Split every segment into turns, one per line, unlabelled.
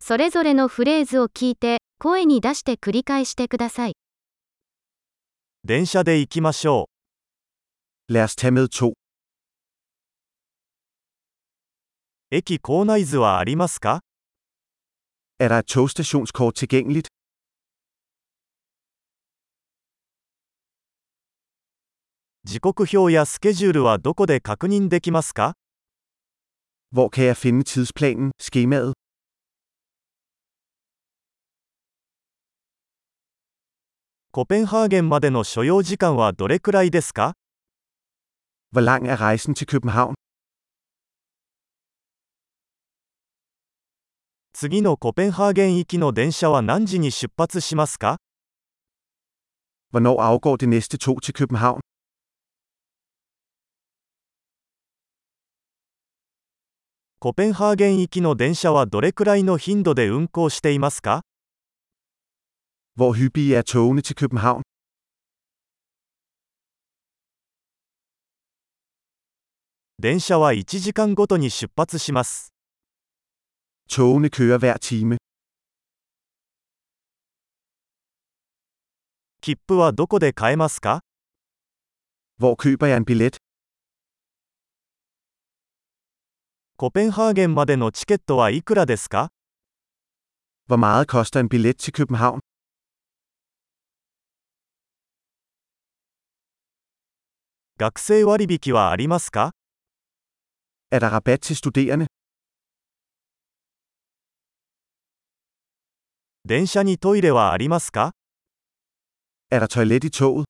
それぞれのフレーズを聞いて、声に出して繰り返してください。
電車で行きましょ
Lad os tage med to.
う。駅構内図はありますか
Er der et togstationskort tilgængeligt?
時刻表やスケジュールはどこで確認できますか
Hvor kan jeg finde tidsplanen, skemaet?
コペンハーゲンまでの所要時間はどれくらいですか
Hvor lang er rejsen til København?
次のコペンハーゲン行きの電車は何時に出発しますか
Hvornår afgår det næste tog til København?
コペンハーゲン行きの電車はどれくらいの頻度で運行していますか
Hvor hyppige er togene til København?
電車は1時間ごとに出発します。
Togene kører hver time.
切符はどこで買えますか
Hvor køber jeg en billet?
コペンハーゲンまでのチケットはいくらですか
Hvor meget koster en billet til København?
学生割引はありますか
Er der rabat til studerende?
電車にトイレはありますか
Er der toilet i toget?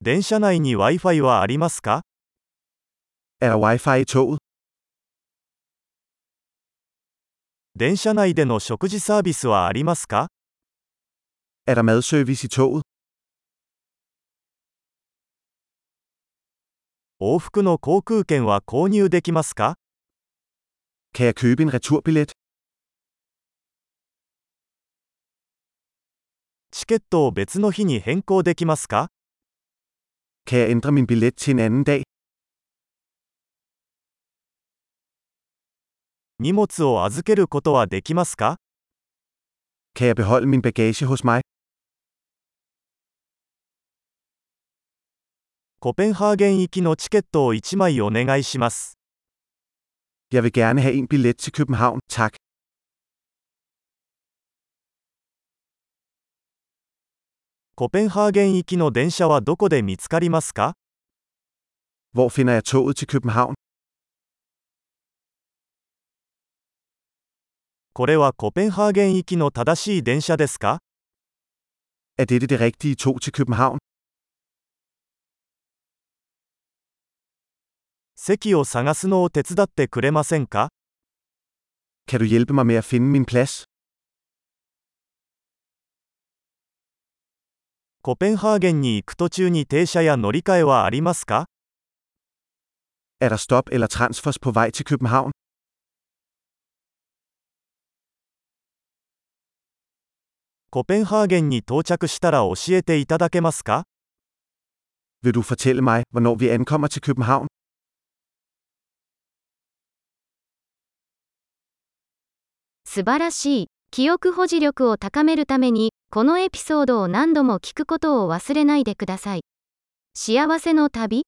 電車内に Wi-Fi はありますか
Er der wifi i toget?
電車内での食事サービスはありますか
Er der madservice i toget?
往復の航空券は購入できますか
Kan jeg købe en returbillet?
チケットを別の日に変更できますか
Kan jeg ændre min billet til en anden dag?
荷物を預けることはできますか
Kan jeg beholde min bagage hos mig?
コペンハーゲン行きのチケットを1枚お願いします。
Jeg vil gerne have en billet til København, tak.
コペンハーゲン行きの電車はどこで見つかりますか
Hvor finder jeg toget til København?
これはコペンハーゲン行きの正しい電車ですか
Er dette det rigtige tog til København?
席を探すのを手伝ってくれませんか
Kan du hjælpe mig med at finde min plads?
コペンハーゲンに行く途中に停車や乗り換えはありますか
Er der stop eller transfers på vej til København?
コペンハーゲンに到着したら教えていただけますか
Vil du fortælle mig, hvornår vi ankommer til København?
素晴らしい。記憶保持力を高めるために、このエピソードを何度も聞くことを忘れないでください。幸せの旅